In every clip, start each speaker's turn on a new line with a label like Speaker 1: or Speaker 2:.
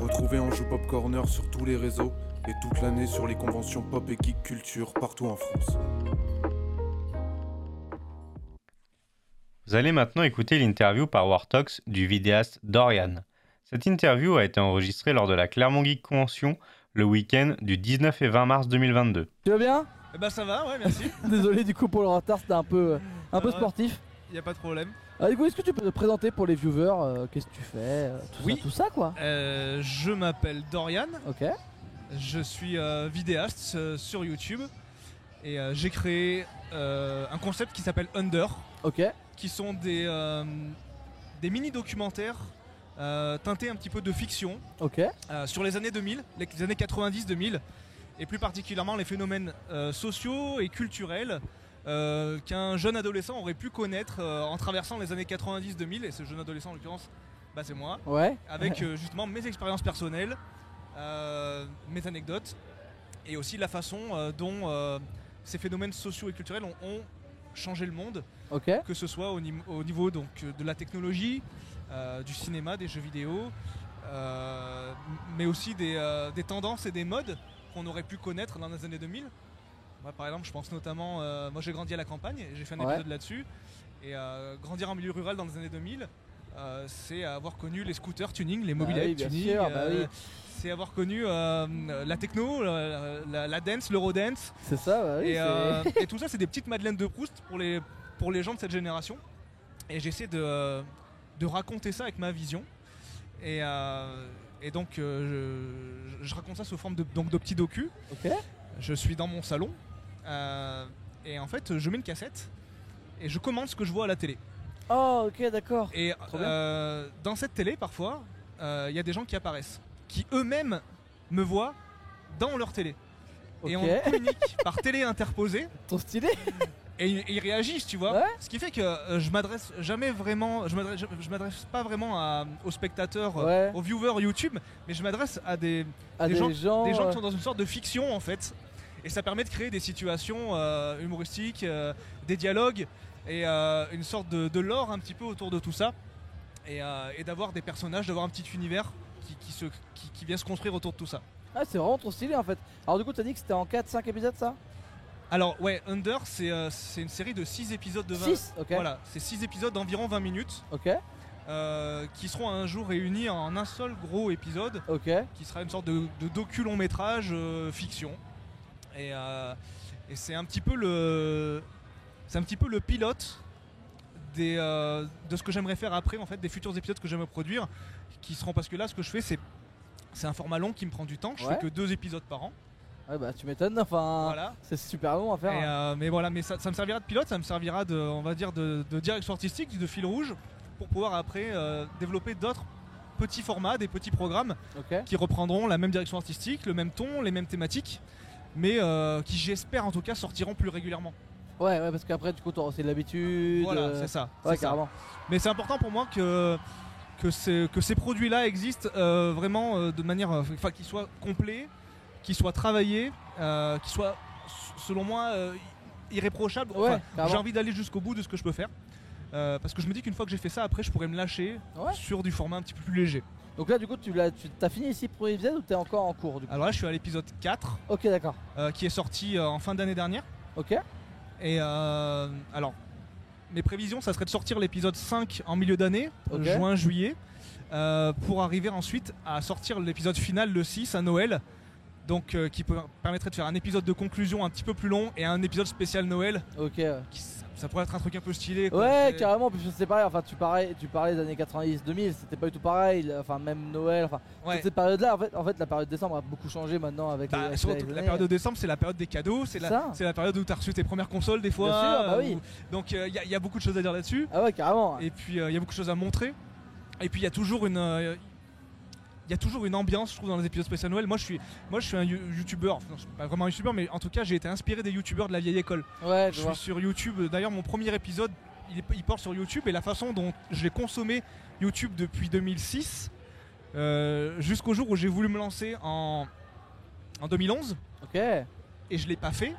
Speaker 1: Retrouvez Anjou Pop Corner sur tous les réseaux et toute l'année sur les conventions pop et geek culture partout en France.
Speaker 2: Vous allez maintenant écouter l'interview par Wartox du vidéaste Dorian. Cette interview a été enregistrée lors de la Clermont Geek Convention le week-end du 19 et 20 mars 2022.
Speaker 3: Tu vas bien
Speaker 4: Eh ben ça va, ouais, merci.
Speaker 3: Désolé du coup pour le retard, c'était un peu, un peu
Speaker 4: Euh,
Speaker 3: sportif.
Speaker 4: Il a pas de problème.
Speaker 3: Ah, du coup, est-ce que tu peux te présenter pour les viewers euh, Qu'est-ce que tu fais euh, tout,
Speaker 4: Oui.
Speaker 3: ça, tout ça quoi
Speaker 4: Euh, je m'appelle Dorian,
Speaker 3: Ok.
Speaker 4: je suis euh, vidéaste euh, sur YouTube et euh, j'ai créé euh, un concept qui s'appelle Under,
Speaker 3: Ok.
Speaker 4: qui sont des, euh, des mini-documentaires euh, teintés un petit peu de fiction
Speaker 3: Ok.
Speaker 4: euh, sur les années 2000, les années 90-2000, et plus particulièrement les phénomènes euh, sociaux et culturels euh, qu'un jeune adolescent aurait pu connaître euh, en traversant les années 90-2000, et ce jeune adolescent en l'occurrence, bah, c'est moi.
Speaker 3: Ouais.
Speaker 4: avec euh, justement mes expériences personnelles, euh, mes anecdotes et aussi la façon euh, dont euh, ces phénomènes sociaux et culturels ont, ont changé le monde,
Speaker 3: Ok.
Speaker 4: que ce soit au, nim- au niveau donc, euh, de la technologie, euh, du cinéma, des jeux vidéo, euh, mais aussi des, euh, des tendances et des modes qu'on aurait pu connaître dans les années 2000. Moi, par exemple, je pense notamment, euh, moi j'ai grandi à la campagne, et j'ai fait un
Speaker 3: Ouais.
Speaker 4: épisode là-dessus, et euh, grandir en milieu rural dans les années 2000, euh, c'est avoir connu les scooters tuning, les mobilettes
Speaker 3: oui, bien
Speaker 4: tuning,
Speaker 3: sûr, bah
Speaker 4: euh,
Speaker 3: oui.
Speaker 4: c'est avoir connu euh, la techno, la, la- la dance, l'eurodance,
Speaker 3: C'est ça, bah oui.
Speaker 4: et,
Speaker 3: c'est-
Speaker 4: euh, et tout ça, c'est des petites madeleines de Proust pour les, pour les gens de cette génération. Et j'essaie de, de raconter ça avec ma vision. Et, euh, et donc, euh, je, je raconte ça sous forme de, donc, de petits docus.
Speaker 3: Ok.
Speaker 4: Je suis dans mon salon. euh, et en fait, je mets une cassette. Et je commande ce que je vois à la télé.
Speaker 3: Oh, ok, d'accord.
Speaker 4: Et
Speaker 3: Trop bien.
Speaker 4: euh, dans cette télé, parfois, euh, il y a des gens qui apparaissent, qui eux-mêmes me voient dans leur télé.
Speaker 3: Ok.
Speaker 4: Et on communique par télé interposée
Speaker 3: Trop stylé.
Speaker 4: et ils, ils réagissent, tu vois.
Speaker 3: Ouais.
Speaker 4: Ce qui fait que euh, je m'adresse jamais vraiment, je m'adresse, je, je m'adresse pas vraiment à- aux spectateurs, euh,
Speaker 3: Ouais.
Speaker 4: aux viewers YouTube, mais je m'adresse à des,
Speaker 3: Ah,
Speaker 4: Des gens- des gens
Speaker 3: euh,
Speaker 4: qui sont dans une sorte de fiction en fait. Et ça permet de créer des situations euh, humoristiques, euh, des dialogues et euh, une sorte de, de lore un petit peu autour de tout ça. Et, euh, et d'avoir des personnages, d'avoir un petit univers qui, qui se, qui- qui vient se construire autour de tout ça.
Speaker 3: Ah, c'est vraiment trop stylé en fait. Alors, du coup, t'as dit que c'était en 4-5 épisodes ça
Speaker 4: Alors, ouais, Under, c'est euh, c'est une série de 6 épisodes de 20
Speaker 3: 6 Ok.
Speaker 4: Voilà, c'est 6 épisodes d'environ 20 minutes.
Speaker 3: Ok.
Speaker 4: euh, qui seront un jour réunis en un seul gros épisode
Speaker 3: Ok.
Speaker 4: qui sera une sorte de, de docu long métrage fiction et, euh, et c'est un petit peu le c'est un petit peu le pilote des, euh, de ce que j'aimerais faire après en fait des futurs épisodes que j'aimerais produire qui seront parce que là ce que je fais c'est c'est un format long qui me prend du temps je
Speaker 3: Ouais.
Speaker 4: fais que deux épisodes par an
Speaker 3: Ouais, bah, tu m'étonnes. Enfin,
Speaker 4: voilà
Speaker 3: c'est super long à faire.
Speaker 4: et,
Speaker 3: hein.
Speaker 4: euh, mais voilà, mais ça, ça me servira de pilote, ça me servira de, on va dire, de, de direction artistique, de fil rouge, pour pouvoir après euh, développer d'autres petits formats, des petits programmes
Speaker 3: Ok.
Speaker 4: qui reprendront la même direction artistique, le même ton, les mêmes thématiques, mais euh, qui j'espère en tout cas sortiront plus régulièrement.
Speaker 3: Ouais, ouais, parce qu'après, du coup, t'auras aussi de l'habitude.
Speaker 4: Voilà,
Speaker 3: euh,
Speaker 4: c'est ça.
Speaker 3: Ouais,
Speaker 4: c'est ça.
Speaker 3: carrément.
Speaker 4: Mais c'est important pour moi que que, ces- que ces produits-là existent euh, vraiment euh, de manière, euh, enfin, qu'ils soient complets, qu'ils soient travaillés, euh, qu'ils soient, s- selon moi, euh, irréprochables.
Speaker 3: Ouais,
Speaker 4: Enfin,
Speaker 3: carrément.
Speaker 4: j'ai envie d'aller jusqu'au bout de ce que je peux faire. Euh, parce que je me dis qu'une fois que j'ai fait ça, après je pourrais me lâcher
Speaker 3: Ouais.
Speaker 4: sur du format un petit peu plus léger.
Speaker 3: Donc là, du coup, tu l'as, tu, t'as fini ici pour épisode ou t'es encore en cours du coup
Speaker 4: Alors là, je suis à l'épisode 4
Speaker 3: Ok, d'accord.
Speaker 4: euh, qui est sorti euh, en fin d'année dernière.
Speaker 3: Ok.
Speaker 4: Et euh, alors, mes prévisions, ça serait de sortir l'épisode 5 en milieu d'année,
Speaker 3: Ok.
Speaker 4: euh, juin, juillet, euh, pour arriver ensuite à sortir l'épisode final le 6 à Noël. Donc, euh, qui peut- permettrait de faire un épisode de conclusion un petit peu plus long et un épisode spécial Noël.
Speaker 3: Ok. Ouais,
Speaker 4: Qui, ça, ça pourrait être un truc un peu stylé. quoi.
Speaker 3: ouais
Speaker 4: C'est-
Speaker 3: carrément. Puisque c'est pareil. Enfin, tu parlais, tu parlais des années 90, 2000. C'était pas du tout pareil. le- Enfin, même Noël. Enfin,
Speaker 4: ouais.
Speaker 3: toute cette période-là, en fait, en fait, la période de décembre a beaucoup changé maintenant avec. les,
Speaker 4: Bah,
Speaker 3: avec
Speaker 4: surtout
Speaker 3: les
Speaker 4: que la
Speaker 3: années.
Speaker 4: période de décembre, c'est la période des cadeaux, c'est
Speaker 3: Ça.
Speaker 4: la, c'est la période où tu as reçu tes premières consoles des fois.
Speaker 3: sûr, bah
Speaker 4: euh,
Speaker 3: oui.
Speaker 4: où- donc il y, a- y a beaucoup de choses à dire là-dessus.
Speaker 3: Ah ouais, carrément.
Speaker 4: Et puis il y a beaucoup de choses à montrer. Et puis il y a toujours une il y a toujours une ambiance je trouve dans les épisodes spécial Noël. Moi je suis moi je suis un you- youtubeur, Enfin, non, je suis pas vraiment un youtubeur mais en tout cas, j'ai été inspiré des youtubeurs de la vieille école.
Speaker 3: Ouais, je
Speaker 4: Je
Speaker 3: vois.
Speaker 4: suis sur YouTube, d'ailleurs mon premier épisode il, est- il porte sur YouTube et la façon dont je l'ai consommé YouTube depuis 2006 euh, jusqu'au jour où j'ai voulu me lancer en en 2011
Speaker 3: Ok.
Speaker 4: et je l'ai pas fait.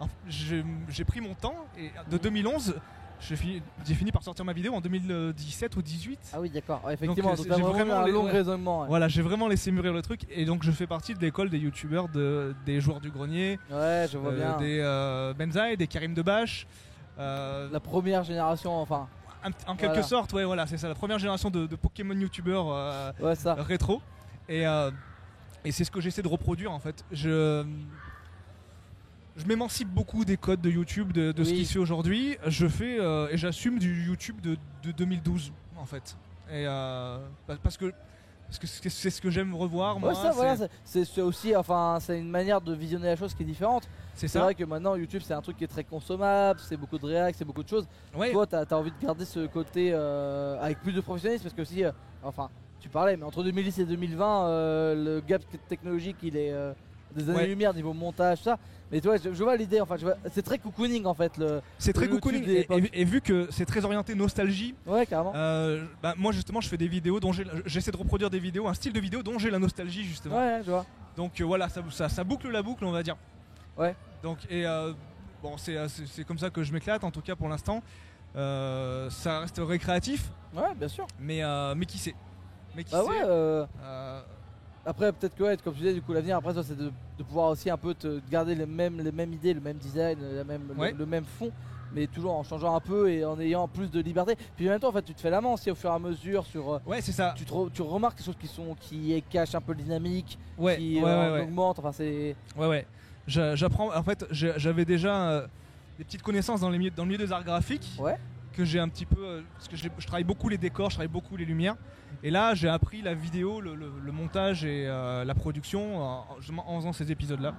Speaker 4: En- je- J'ai pris mon temps et de 2011 J'ai fini, j'ai fini par sortir ma vidéo en 2017 ou 18.
Speaker 3: Ah oui, d'accord. Ouais, effectivement,
Speaker 4: euh,
Speaker 3: donc,
Speaker 4: c'est-
Speaker 3: t'as
Speaker 4: j'ai vraiment
Speaker 3: un
Speaker 4: les-
Speaker 3: long
Speaker 4: ouais.
Speaker 3: raisonnement. ouais.
Speaker 4: Voilà, j'ai vraiment laissé mûrir le truc et donc je fais partie de l'école des youtubeurs de, des joueurs du grenier,
Speaker 3: Ouais, je vois
Speaker 4: euh,
Speaker 3: bien.
Speaker 4: des euh, Benzaï, des Karim Debache. euh,
Speaker 3: La première génération, enfin.
Speaker 4: un- en quelque
Speaker 3: Voilà.
Speaker 4: sorte, ouais, voilà, c'est ça, la première génération de, de Pokémon youtubeurs euh,
Speaker 3: Ouais, ça.
Speaker 4: rétro. Et, euh, et c'est ce que j'essaie de reproduire en fait. Je, je m'émancipe beaucoup des codes de YouTube, de, de ce
Speaker 3: Oui.
Speaker 4: qui se fait aujourd'hui. Je fais euh, et j'assume du YouTube de, de 2012 en fait. Et euh, pa- parce que parce que c'est c'est ce que j'aime revoir moi.
Speaker 3: Ouais, ça, voilà,
Speaker 4: hein, c'est-
Speaker 3: c'est- c'est c'est aussi, enfin, c'est une manière de visionner la chose qui est différente.
Speaker 4: c'est
Speaker 3: C'est
Speaker 4: ça.
Speaker 3: vrai que maintenant, YouTube, c'est un truc qui est très consommable, c'est beaucoup de réacs, c'est beaucoup de choses.
Speaker 4: Ouais,
Speaker 3: Toi, t'as as envie de garder ce côté euh, avec plus de professionnalisme parce que si, euh, enfin, tu parlais, mais entre 2010 et 2020, euh, le gap t- technologique, il est euh, des
Speaker 4: Ouais.
Speaker 3: années-lumière niveau montage, ça. Mais toi, je, je vois l'idée, enfin, je vois- c'est très cocooning en fait. Le...
Speaker 4: c'est très
Speaker 3: le YouTube
Speaker 4: cocooning
Speaker 3: des
Speaker 4: et,
Speaker 3: époques.
Speaker 4: et- et vu que c'est très orienté nostalgie,
Speaker 3: Ouais, carrément.
Speaker 4: euh, bah, moi justement je fais des vidéos dont j'ai- j'essaie de reproduire des vidéos, un style de vidéo dont j'ai la nostalgie justement.
Speaker 3: ouais, je vois.
Speaker 4: Donc euh, voilà, ça, ça, ça boucle la boucle, on va dire.
Speaker 3: Ouais.
Speaker 4: Donc, et euh, bon, c'est euh, c'est- c'est comme ça que je m'éclate, en tout cas pour l'instant. Euh, ça reste récréatif,
Speaker 3: Ouais, bien sûr.
Speaker 4: mais, euh, mais qui sait Mais qui
Speaker 3: Bah
Speaker 4: sait
Speaker 3: ouais. euh,
Speaker 4: Euh,
Speaker 3: Après, peut-être que, ouais, comme tu disais, du coup, l'avenir, après, ça, c'est de, de pouvoir aussi un peu te garder les mêmes, les mêmes idées, le même design, la même, le-
Speaker 4: Ouais.
Speaker 3: le, même fond, mais toujours en changeant un peu et en ayant plus de liberté. Puis en même temps, en fait, tu te fais la main aussi au fur et à mesure sur. euh,
Speaker 4: Ouais, c'est ça.
Speaker 3: Tu, te re- tu remarques des choses qui sont qui cachent un peu de dynamique,
Speaker 4: Ouais,
Speaker 3: qui
Speaker 4: ouais,
Speaker 3: euh,
Speaker 4: ouais, ouais.
Speaker 3: augmentent. Enfin, c'est
Speaker 4: Ouais, ouais. J'a- J'apprends. En fait, j'ai- j'avais déjà euh, des petites connaissances dans, les milieux- dans le milieu des arts graphiques.
Speaker 3: Ouais.
Speaker 4: Que j'ai un petit peu. euh, parce que je, les- je travaille beaucoup les décors, je travaille beaucoup les lumières. Et là, j'ai appris la vidéo, le, le- le montage et euh, la production en, en- justement en faisant ces épisodes-là.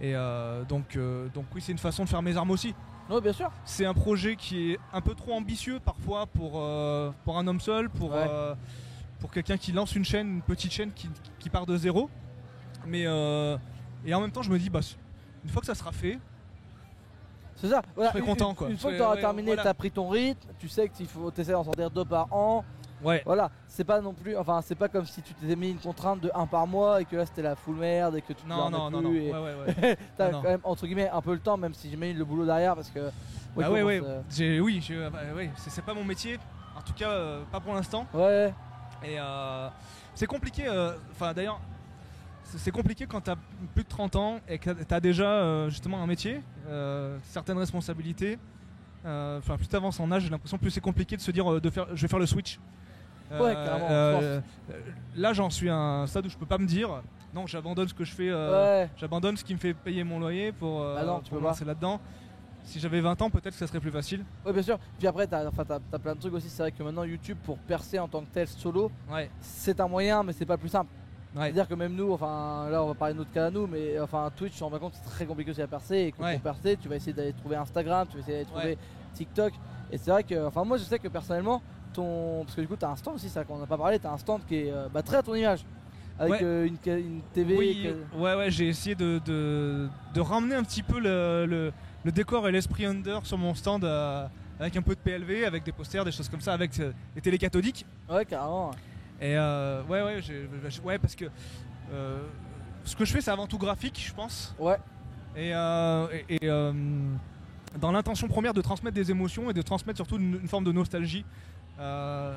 Speaker 4: Et euh, donc, euh, donc, oui, c'est une façon de faire mes armes aussi.
Speaker 3: non, bien sûr.
Speaker 4: C'est un projet qui est un peu trop ambitieux parfois pour, euh, pour un homme seul, pour,
Speaker 3: Ouais.
Speaker 4: euh, pour quelqu'un qui lance une chaîne, une petite chaîne qui, qui part de zéro. Mais euh, et en même temps, je me dis, bah, une fois que ça sera fait,
Speaker 3: C'est ça. Voilà,
Speaker 4: serais
Speaker 3: une-
Speaker 4: content,
Speaker 3: une-
Speaker 4: quoi.
Speaker 3: Une
Speaker 4: Je
Speaker 3: fois que
Speaker 4: serais-
Speaker 3: tu auras
Speaker 4: ouais,
Speaker 3: terminé,
Speaker 4: voilà.
Speaker 3: tu as pris ton rythme, tu sais qu'il faut t'essayer d'en sortir deux par an.
Speaker 4: ouais,
Speaker 3: Voilà, c'est pas non plus, enfin, c'est pas comme si tu t'étais mis une contrainte de un par mois et que là c'était la full merde et que tu te
Speaker 4: non,
Speaker 3: dormais
Speaker 4: non, non,
Speaker 3: plus
Speaker 4: non,
Speaker 3: et-
Speaker 4: ouais, ouais, ouais.
Speaker 3: T'as
Speaker 4: Ah Non, non.
Speaker 3: quand même entre guillemets un peu le temps, même si j'ai mis le boulot derrière parce que.
Speaker 4: Bah ouais,
Speaker 3: comment
Speaker 4: ouais,
Speaker 3: ça-
Speaker 4: j'ai- oui, j'ai- euh, bah, ouais, c'est c'est pas mon métier, en tout cas, euh, pas pour l'instant.
Speaker 3: Ouais,
Speaker 4: Et euh, c'est compliqué, euh, enfin d'ailleurs, c'est c'est compliqué quand t'as plus de 30 ans et que t'as déjà euh, justement un métier, euh, certaines responsabilités. Euh, Enfin, plus t'avances en âge, j'ai l'impression plus c'est compliqué de se dire euh, de faire, je vais faire le switch.
Speaker 3: Ouais, carrément,
Speaker 4: euh, là, j'en suis à un stade où je peux pas me dire non, j'abandonne ce que je fais, euh,
Speaker 3: ouais,
Speaker 4: j'abandonne ce qui me fait payer mon loyer pour, euh,
Speaker 3: Bah non, tu
Speaker 4: pour
Speaker 3: peux
Speaker 4: me lancer là-dedans. Si j'avais 20 ans, peut-être que ça serait plus facile.
Speaker 3: ouais, bien sûr. Puis après, t'as enfin, t'as- t'as plein de trucs aussi. C'est vrai que maintenant, YouTube pour percer en tant que tel solo,
Speaker 4: Ouais,
Speaker 3: c'est un moyen, mais c'est pas le plus simple.
Speaker 4: ouais.
Speaker 3: C'est-à-dire que même nous, enfin là, on va parler de notre cas à nous, mais enfin Twitch, on rend compte que c'est très compliqué aussi à percer. Et que
Speaker 4: Ouais.
Speaker 3: pour percer, tu vas essayer d'aller trouver Instagram, tu vas essayer d'aller trouver TikTok. Et c'est vrai que, enfin, moi, je sais que personnellement, ton. Parce que du coup, t'as un stand aussi, ça qu'on n'a pas parlé, t'as un stand qui est euh, bah, très à ton image. Avec
Speaker 4: Ouais.
Speaker 3: euh, une, ca- une TV.
Speaker 4: Oui,
Speaker 3: que-
Speaker 4: ouais, ouais, j'ai essayé de, de, de ramener un petit peu le, le- le décor et l'esprit under sur mon stand euh, avec un peu de PLV, avec des posters, des choses comme ça, avec euh, les télécathodiques.
Speaker 3: Ouais, carrément.
Speaker 4: Et euh, ouais, ouais, j'ai- j'ai- ouais, parce que euh, ce que je fais, c'est avant tout graphique, je pense.
Speaker 3: Ouais.
Speaker 4: Et, euh, et- et, euh, dans l'intention première de transmettre des émotions et de transmettre surtout une, une forme de nostalgie. Euh,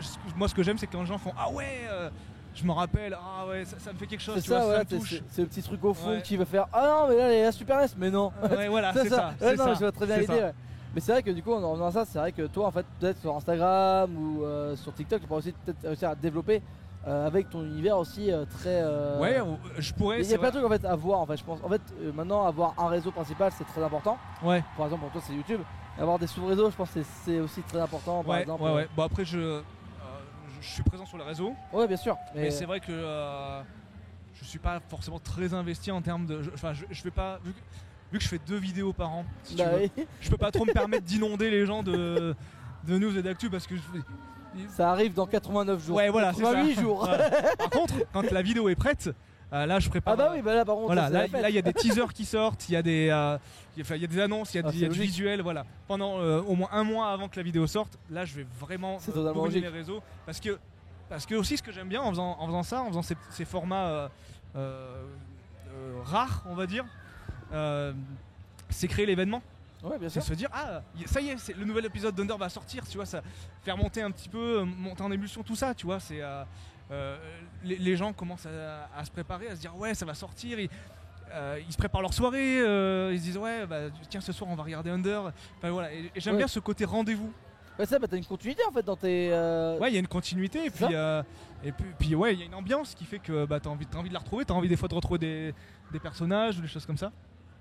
Speaker 4: ce que- moi, ce que j'aime, c'est quand les gens font Ah ouais, euh, je m'en rappelle, ah ouais, ça, ça me fait quelque chose,
Speaker 3: C'est
Speaker 4: tu vois,
Speaker 3: ça,
Speaker 4: ça
Speaker 3: ouais,
Speaker 4: me
Speaker 3: c'est-
Speaker 4: touche.
Speaker 3: c'est c'est le petit truc au fond
Speaker 4: Ouais.
Speaker 3: qui va faire Ah non, mais là, elle est la Super S, mais non.
Speaker 4: Ouais, voilà, c'est ça.
Speaker 3: Ouais,
Speaker 4: c'est
Speaker 3: non,
Speaker 4: ça,
Speaker 3: je vois très bien
Speaker 4: c'est
Speaker 3: l'idée.
Speaker 4: ça.
Speaker 3: ouais. Mais c'est vrai que du coup, en revenant à ça, c'est vrai que toi, en fait, peut-être sur Instagram ou euh, sur TikTok, tu pourras aussi peut-être réussir à te développer euh, avec ton univers aussi euh, très. euh,
Speaker 4: Ouais, ou- je pourrais.
Speaker 3: Il y
Speaker 4: c'est
Speaker 3: a plein de
Speaker 4: vrai.
Speaker 3: trucs en fait à voir en fait je pense. En fait euh, maintenant avoir un réseau principal c'est très important.
Speaker 4: Ouais,
Speaker 3: Par exemple pour toi c'est YouTube. Avoir des sous-réseaux je pense que c'est- c'est aussi très important par
Speaker 4: ouais,
Speaker 3: exemple.
Speaker 4: ouais, ouais. Bon, après, je, euh, je- je suis présent sur le réseau,
Speaker 3: Ouais, bien sûr. Mais,
Speaker 4: mais c'est vrai que euh, je suis pas forcément très investi en termes de. je- Enfin, je, je vais pas. Vu que, vu que je fais deux vidéos par an, si tu
Speaker 3: Bah
Speaker 4: veux,
Speaker 3: oui,
Speaker 4: je peux pas trop me permettre d'inonder les gens de, de news et d'actu parce que. je-
Speaker 3: ça arrive dans 89 jours.
Speaker 4: Ouais, voilà, c'est ça.
Speaker 3: 88 jours.
Speaker 4: Voilà. Par contre, quand la vidéo est prête, euh, là, je prépare.
Speaker 3: Ah bah
Speaker 4: euh,
Speaker 3: oui, bah là par contre,
Speaker 4: Voilà,
Speaker 3: ça,
Speaker 4: là
Speaker 3: c'est la
Speaker 4: là, il
Speaker 3: fête.
Speaker 4: y a des teasers qui sortent, il y, a des, euh, il y a- enfin, il y a des annonces, il y a,
Speaker 3: Ah,
Speaker 4: du- il y a
Speaker 3: c'est
Speaker 4: du
Speaker 3: logique.
Speaker 4: visuel, voilà. Pendant euh, au moins un mois avant que la vidéo sorte, là je vais vraiment
Speaker 3: C'est
Speaker 4: euh,
Speaker 3: totalement
Speaker 4: bourriner
Speaker 3: logique.
Speaker 4: les réseaux. Parce que, parce que aussi ce que j'aime bien en faisant, en faisant ça, en faisant ces, ces formats euh, euh, euh, rares, on va dire, euh, c'est créer l'événement.
Speaker 3: Ouais, bien
Speaker 4: c'est
Speaker 3: sûr.
Speaker 4: se dire ah y- ça y est c'est- le nouvel épisode d'Under va sortir tu vois ça faire monter un petit peu euh, monter en ébullition tout ça tu vois c'est euh, euh, les, les gens commencent à, à se préparer à se dire ouais ça va sortir ils, euh, ils se préparent leur soirée euh, ils se disent ouais bah, tiens ce soir on va regarder Under Enfin, voilà et, et j'aime
Speaker 3: Ouais.
Speaker 4: bien ce côté rendez-vous
Speaker 3: Ouais, ça, bah, t'as une continuité en fait dans tes. euh,
Speaker 4: ouais il y a une continuité et
Speaker 3: C'est
Speaker 4: puis euh, et puis, puis, ouais il y a une ambiance qui fait que bah, t'as envie t'as envie de la retrouver t'as envie des fois de retrouver des, des personnages ou des choses comme ça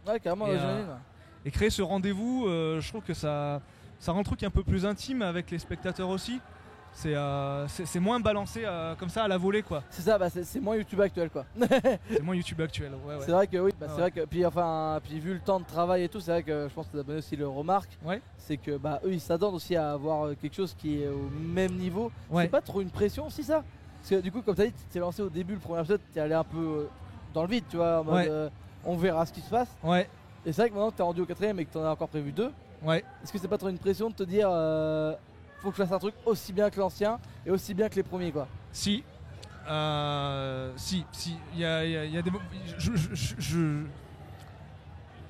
Speaker 3: ouais, carrément,
Speaker 4: Et,
Speaker 3: ouais,
Speaker 4: euh,
Speaker 3: j'imagine, ouais.
Speaker 4: et créer ce rendez-vous, euh, je trouve que ça, ça rend le truc un peu plus intime avec les spectateurs aussi. C'est euh, c'est c'est moins balancé euh, comme ça à la volée, quoi.
Speaker 3: C'est ça, bah, c'est c'est moins YouTube actuel quoi.
Speaker 4: C'est moins YouTube actuel. Ouais, ouais.
Speaker 3: C'est vrai que oui, bah,
Speaker 4: Ah
Speaker 3: c'est
Speaker 4: ouais.
Speaker 3: vrai que puis enfin puis vu le temps de travail et tout, c'est vrai que je pense que les abonnés aussi le remarquent.
Speaker 4: Ouais.
Speaker 3: C'est que bah eux ils s'attendent aussi à avoir euh, quelque chose qui est au même niveau.
Speaker 4: Ouais.
Speaker 3: C'est pas trop une pression aussi ça Parce que du coup comme t'as dit, tu t'es lancé au début le premier épisode, t'es allé un peu euh, dans le vide, tu vois, en mode
Speaker 4: Ouais.
Speaker 3: euh, on verra ce qui se passe.
Speaker 4: Ouais,
Speaker 3: Et c'est vrai que maintenant que t'es rendu au quatrième et que t'en as encore prévu deux,
Speaker 4: ouais.
Speaker 3: est-ce que c'est pas trop une pression de te dire euh, faut que je fasse un truc aussi bien que l'ancien et aussi bien que les premiers quoi
Speaker 4: Si. Euh, si, si. Il y a, il y a- il y a des. mo- Je, je, je- je-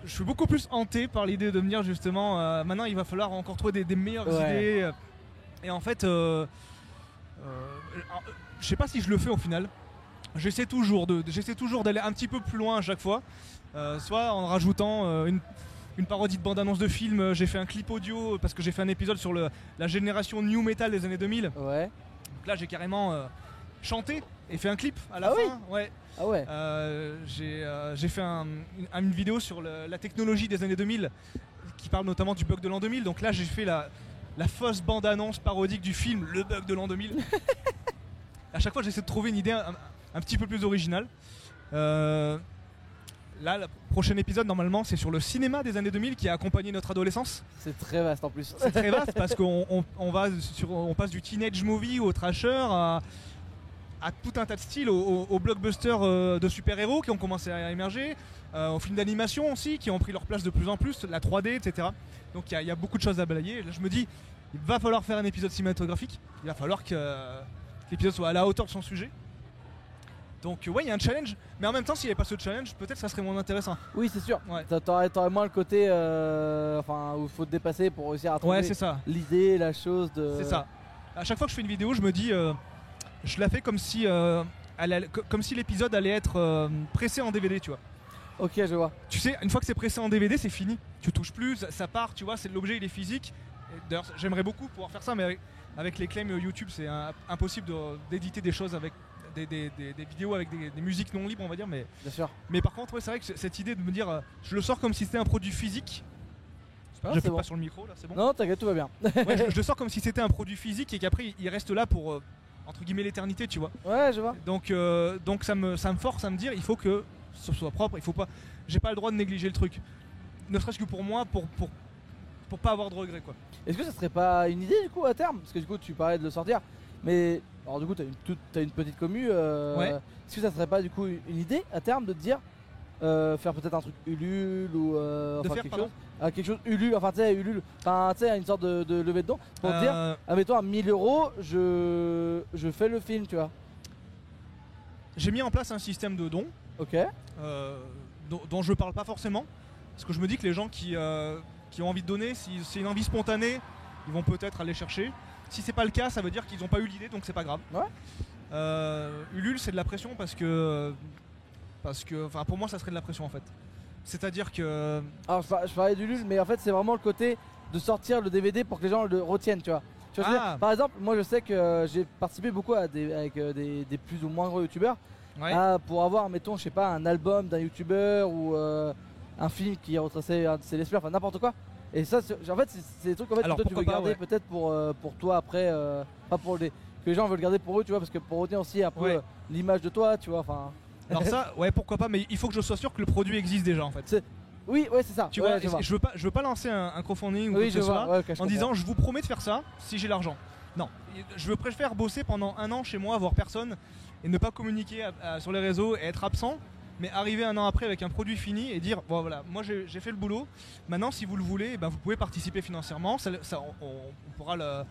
Speaker 4: je suis beaucoup plus hanté par l'idée de me dire justement, euh, maintenant il va falloir encore trouver des, des meilleures
Speaker 3: Ouais.
Speaker 4: idées. euh, Et en fait, euh, euh, alors, euh, je sais pas si je le fais au final. J'essaie toujours de, de- j'essaie toujours d'aller un petit peu plus loin à chaque fois, Euh, soit en rajoutant euh, une, une parodie de bande-annonce de film. euh, J'ai fait un clip audio parce que j'ai fait un épisode sur le- la génération new metal des années 2000.
Speaker 3: Ouais.
Speaker 4: Donc là, j'ai carrément euh, chanté et fait un clip à la
Speaker 3: Ah
Speaker 4: fin. Ouais.
Speaker 3: Ah ouais.
Speaker 4: Euh, j'ai euh, j'ai fait un- une, une vidéo sur le- la technologie des années 2000 qui parle notamment du bug de l'an 2000. Donc là, j'ai fait la, la fausse bande-annonce parodique du film Le bug de l'an 2000. à chaque fois, j'essaie de trouver une idée un, un petit peu plus originale. Euh, là, le prochain épisode, normalement, c'est sur le cinéma des années 2000 qui a accompagné notre adolescence
Speaker 3: C'est très vaste en plus.
Speaker 4: c'est très vaste parce qu'on on, on va sur- on passe du teenage movie au trasher à, à tout un tas de styles, aux au, au blockbusters euh, de super-héros qui ont commencé à émerger, euh, aux films d'animation aussi qui ont pris leur place de plus en plus, la 3D, etc. Donc il y a- il y, a beaucoup de choses à balayer. Là, je me dis, il va falloir faire un épisode cinématographique, il va falloir que, euh, que l'épisode soit à la hauteur de son sujet. Donc ouais, il y a un challenge, mais en même temps, s'il n'y avait pas ce challenge, peut-être ça serait moins intéressant.
Speaker 3: Oui, c'est sûr.
Speaker 4: Ouais.
Speaker 3: T'a- T'aurais, t'aurais moins le côté euh, enfin, où il faut te dépasser pour réussir à trouver
Speaker 4: Ouais, c'est ça.
Speaker 3: l'idée, la chose de.
Speaker 4: C'est ça. À chaque fois que je fais une vidéo, je me dis, euh, je la fais comme si, euh, elle allait- co- comme si l'épisode allait être euh, pressé en DVD, tu vois.
Speaker 3: Ok, je vois.
Speaker 4: Tu sais, une fois que c'est pressé en DVD, c'est fini. Tu touches plus, ça, ça part, tu vois. C'est l'objet, il est physique. Et D'ailleurs, j'aimerais beaucoup pouvoir faire ça, mais avec, avec les claims euh, YouTube, c'est un- impossible de- d'éditer des choses avec des, des- des- des vidéos avec des, des musiques non libres, on va dire. Mais,
Speaker 3: Bien sûr.
Speaker 4: mais par contre, ouais, c'est vrai que c- cette idée de me dire, euh, je le sors comme si c'était un produit physique.
Speaker 3: grave,
Speaker 4: je
Speaker 3: c'est
Speaker 4: fais
Speaker 3: bon.
Speaker 4: pas sur le micro là, c'est bon.
Speaker 3: Non, t'inquiète, tout va bien.
Speaker 4: Ouais, je, je le sors comme si c'était un produit physique et qu'après il reste là pour euh, entre guillemets l'éternité, tu vois.
Speaker 3: Ouais, je vois.
Speaker 4: Donc, euh, donc ça, me, ça me force à me dire il faut que ce soit propre, il faut pas. J'ai pas le droit de négliger le truc. Ne serait-ce que pour moi, pour, pour, pour pas avoir de regrets quoi.
Speaker 3: Est-ce que ça serait pas une idée du coup à terme Parce que du coup, tu parlais de le sortir. Mais alors, du coup, t'as une, toute- t'as une petite commu. euh,
Speaker 4: Ouais.
Speaker 3: Est-ce que ça serait pas du coup une idée à terme de te dire euh, faire peut-être un truc Ulule ou euh,
Speaker 4: De
Speaker 3: enfin,
Speaker 4: faire,
Speaker 3: quelque
Speaker 4: pardon
Speaker 3: chose Ah, quelque chose Ulule, enfin tu sais, Ulule, enfin tu sais, une sorte de, de levée de dons pour te dire,
Speaker 4: Euh,
Speaker 3: ah, mais toi, 1000 euros, je, je fais le film, tu vois.
Speaker 4: J'ai mis en place un système de dons
Speaker 3: Ok.
Speaker 4: euh, dont, dont je parle pas forcément. Parce que je me dis que les gens qui, euh, qui ont envie de donner, si c'est une envie spontanée, ils vont peut-être aller chercher. Si c'est pas le cas, ça veut dire qu'ils n'ont pas eu l'idée, donc c'est pas grave.
Speaker 3: Ouais.
Speaker 4: Euh, Ulule, c'est de la pression parce que. Parce que. Enfin, pour moi, ça serait de la pression en fait. C'est-à-dire que.
Speaker 3: Alors je, par- je parlais du Lul, mais en fait c'est vraiment le côté de sortir le DVD pour que les gens le retiennent, tu vois. Tu vois ce que je veux
Speaker 4: Ah.
Speaker 3: dire Par exemple, moi je sais que euh, j'ai participé beaucoup à des, avec euh, des, des plus ou moins gros youtubeurs
Speaker 4: Ouais.
Speaker 3: à- pour avoir, mettons, je sais pas, un album d'un youtubeur ou euh, un film qui retraçait un de ses laisse-faire, enfin n'importe quoi. Et ça, c'est- en fait, c'est c'est des trucs en fait,
Speaker 4: Alors,
Speaker 3: que toi tu veux
Speaker 4: pourquoi pas,
Speaker 3: garder
Speaker 4: ouais.
Speaker 3: peut-être pour, euh, pour toi après, euh, pas pour les. que les gens veulent garder pour eux, tu vois, parce que pour retenir aussi un peu
Speaker 4: Ouais.
Speaker 3: euh, l'image de toi, tu vois, enfin.
Speaker 4: Alors ça, ouais, pourquoi pas, mais il faut que je sois sûr que le produit existe déjà en fait.
Speaker 3: Oui, ouais, c'est ça.
Speaker 4: Tu
Speaker 3: Ouais,
Speaker 4: vois,
Speaker 3: je
Speaker 4: et-
Speaker 3: vois.
Speaker 4: je veux pas, je veux pas lancer un, un crowdfunding ou quoi
Speaker 3: Oui,
Speaker 4: que
Speaker 3: je
Speaker 4: ce soit.
Speaker 3: vois. ouais, ok, je
Speaker 4: en
Speaker 3: comprends.
Speaker 4: disant je vous promets de faire ça si j'ai l'argent. Non, je veux- préfère bosser pendant un an chez moi, voir personne et ne pas communiquer à- à- sur les réseaux et être absent, mais arriver un an après avec un produit fini et dire bon, voilà, moi j'ai j'ai fait le boulot. Maintenant, si vous le voulez, eh ben, vous pouvez participer financièrement. Ça, ça- on, on- on pourra le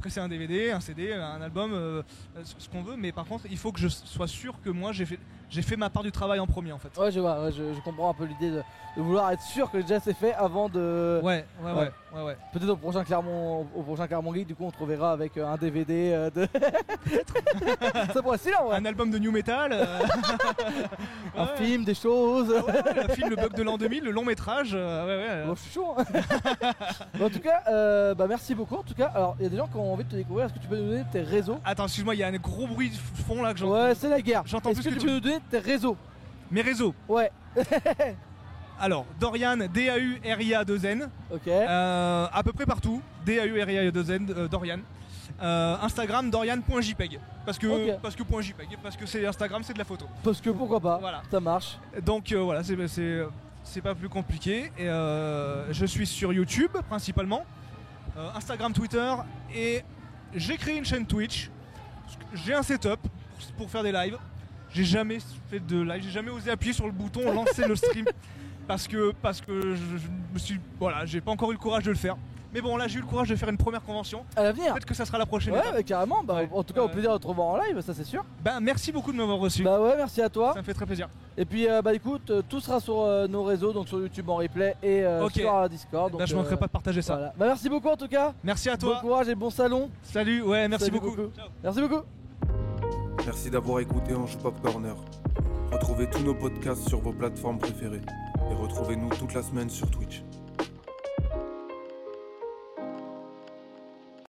Speaker 4: presser euh, un DVD, un CD, un album, euh, ce ce qu'on veut. Mais par contre, il faut que je sois sûr que moi j'ai fait, j'ai fait ma part du travail en premier en fait.
Speaker 3: Ouais, je vois, ouais, je, je comprends un peu l'idée de, de vouloir être sûr que déjà c'est fait avant de.
Speaker 4: Ouais, ouais, ouais, ouais, ouais.
Speaker 3: Peut-être au prochain Clermont, au- au prochain Clermont Geek, du coup, on te reverra avec euh, un DVD euh, de. ça pourrait être stylé, ouais.
Speaker 4: Un album de new metal, euh,
Speaker 3: Un
Speaker 4: ouais.
Speaker 3: film, des choses.
Speaker 4: Ah ouais, ouais, le film Le Bug de l'an 2000, le long métrage, euh, ouais, ouais, euh,
Speaker 3: Bon, je suis chaud. hein. en tout cas, euh, bah, merci beaucoup. En tout cas, alors il y a des gens qui ont envie de te découvrir. Est-ce que tu peux nous donner tes réseaux
Speaker 4: Attends, excuse-moi, il y a un gros bruit de f- fond là que j'entends.
Speaker 3: Ouais, c'est la guerre.
Speaker 4: j'entends
Speaker 3: Est-ce
Speaker 4: plus
Speaker 3: que
Speaker 4: que
Speaker 3: tu peux nous donner tes réseaux
Speaker 4: Mes réseaux.
Speaker 3: Ouais,
Speaker 4: Alors, Dorian, D-A-U-R-I-A-2-N,
Speaker 3: ok.
Speaker 4: euh, à peu près partout. D-A-U-R-I-A-2-N, euh, Dorian. Euh, Instagram, Dorian.jpeg. E Parce que,
Speaker 3: Ok. Ah.
Speaker 4: parce que point .jpeg, parce que c'est Instagram, c'est de la photo.
Speaker 3: Parce que pourquoi pas,
Speaker 4: Voilà.
Speaker 3: ça marche.
Speaker 4: Donc euh, voilà, c'est, c'est, c'est pas plus compliqué. Et, euh, je suis sur YouTube principalement, euh, Instagram, Twitter, et j'ai créé une chaîne Twitch. J'ai un setup pour faire des lives. J'ai jamais fait de live, j'ai jamais osé appuyer sur le bouton lancer le stream parce que parce que je, je me suis voilà, j'ai pas encore eu le courage de le faire. Mais bon, là j'ai eu le courage de faire une première convention.
Speaker 3: À l'avenir
Speaker 4: Peut-être que ça sera la prochaine.
Speaker 3: Ah. Ouais,
Speaker 4: étape.
Speaker 3: bah, carrément. Bah,
Speaker 4: Ouais.
Speaker 3: En tout cas, au
Speaker 4: Ouais.
Speaker 3: plaisir de te revoir en live, ça c'est sûr.
Speaker 4: Ben, merci beaucoup de m'avoir reçu.
Speaker 3: Bah ouais, merci à toi.
Speaker 4: Ça me fait très plaisir.
Speaker 3: Et puis euh, bah écoute, euh, tout sera sur euh, nos réseaux, donc sur YouTube en replay et euh,
Speaker 4: Ok.
Speaker 3: sur euh, Discord. Donc,
Speaker 4: Ben, je manquerai
Speaker 3: euh,
Speaker 4: pas de partager ça.
Speaker 3: voilà. Bah merci beaucoup en tout cas.
Speaker 4: Merci à toi.
Speaker 3: Bon courage et bon salon.
Speaker 4: Salut, ouais, merci
Speaker 3: Salut
Speaker 4: beaucoup.
Speaker 3: beaucoup.
Speaker 4: Ciao.
Speaker 3: Merci beaucoup.
Speaker 1: Merci d'avoir écouté Anjou Pop Corner. Retrouvez tous nos podcasts sur vos plateformes préférées et retrouvez-nous toute la semaine sur Twitch.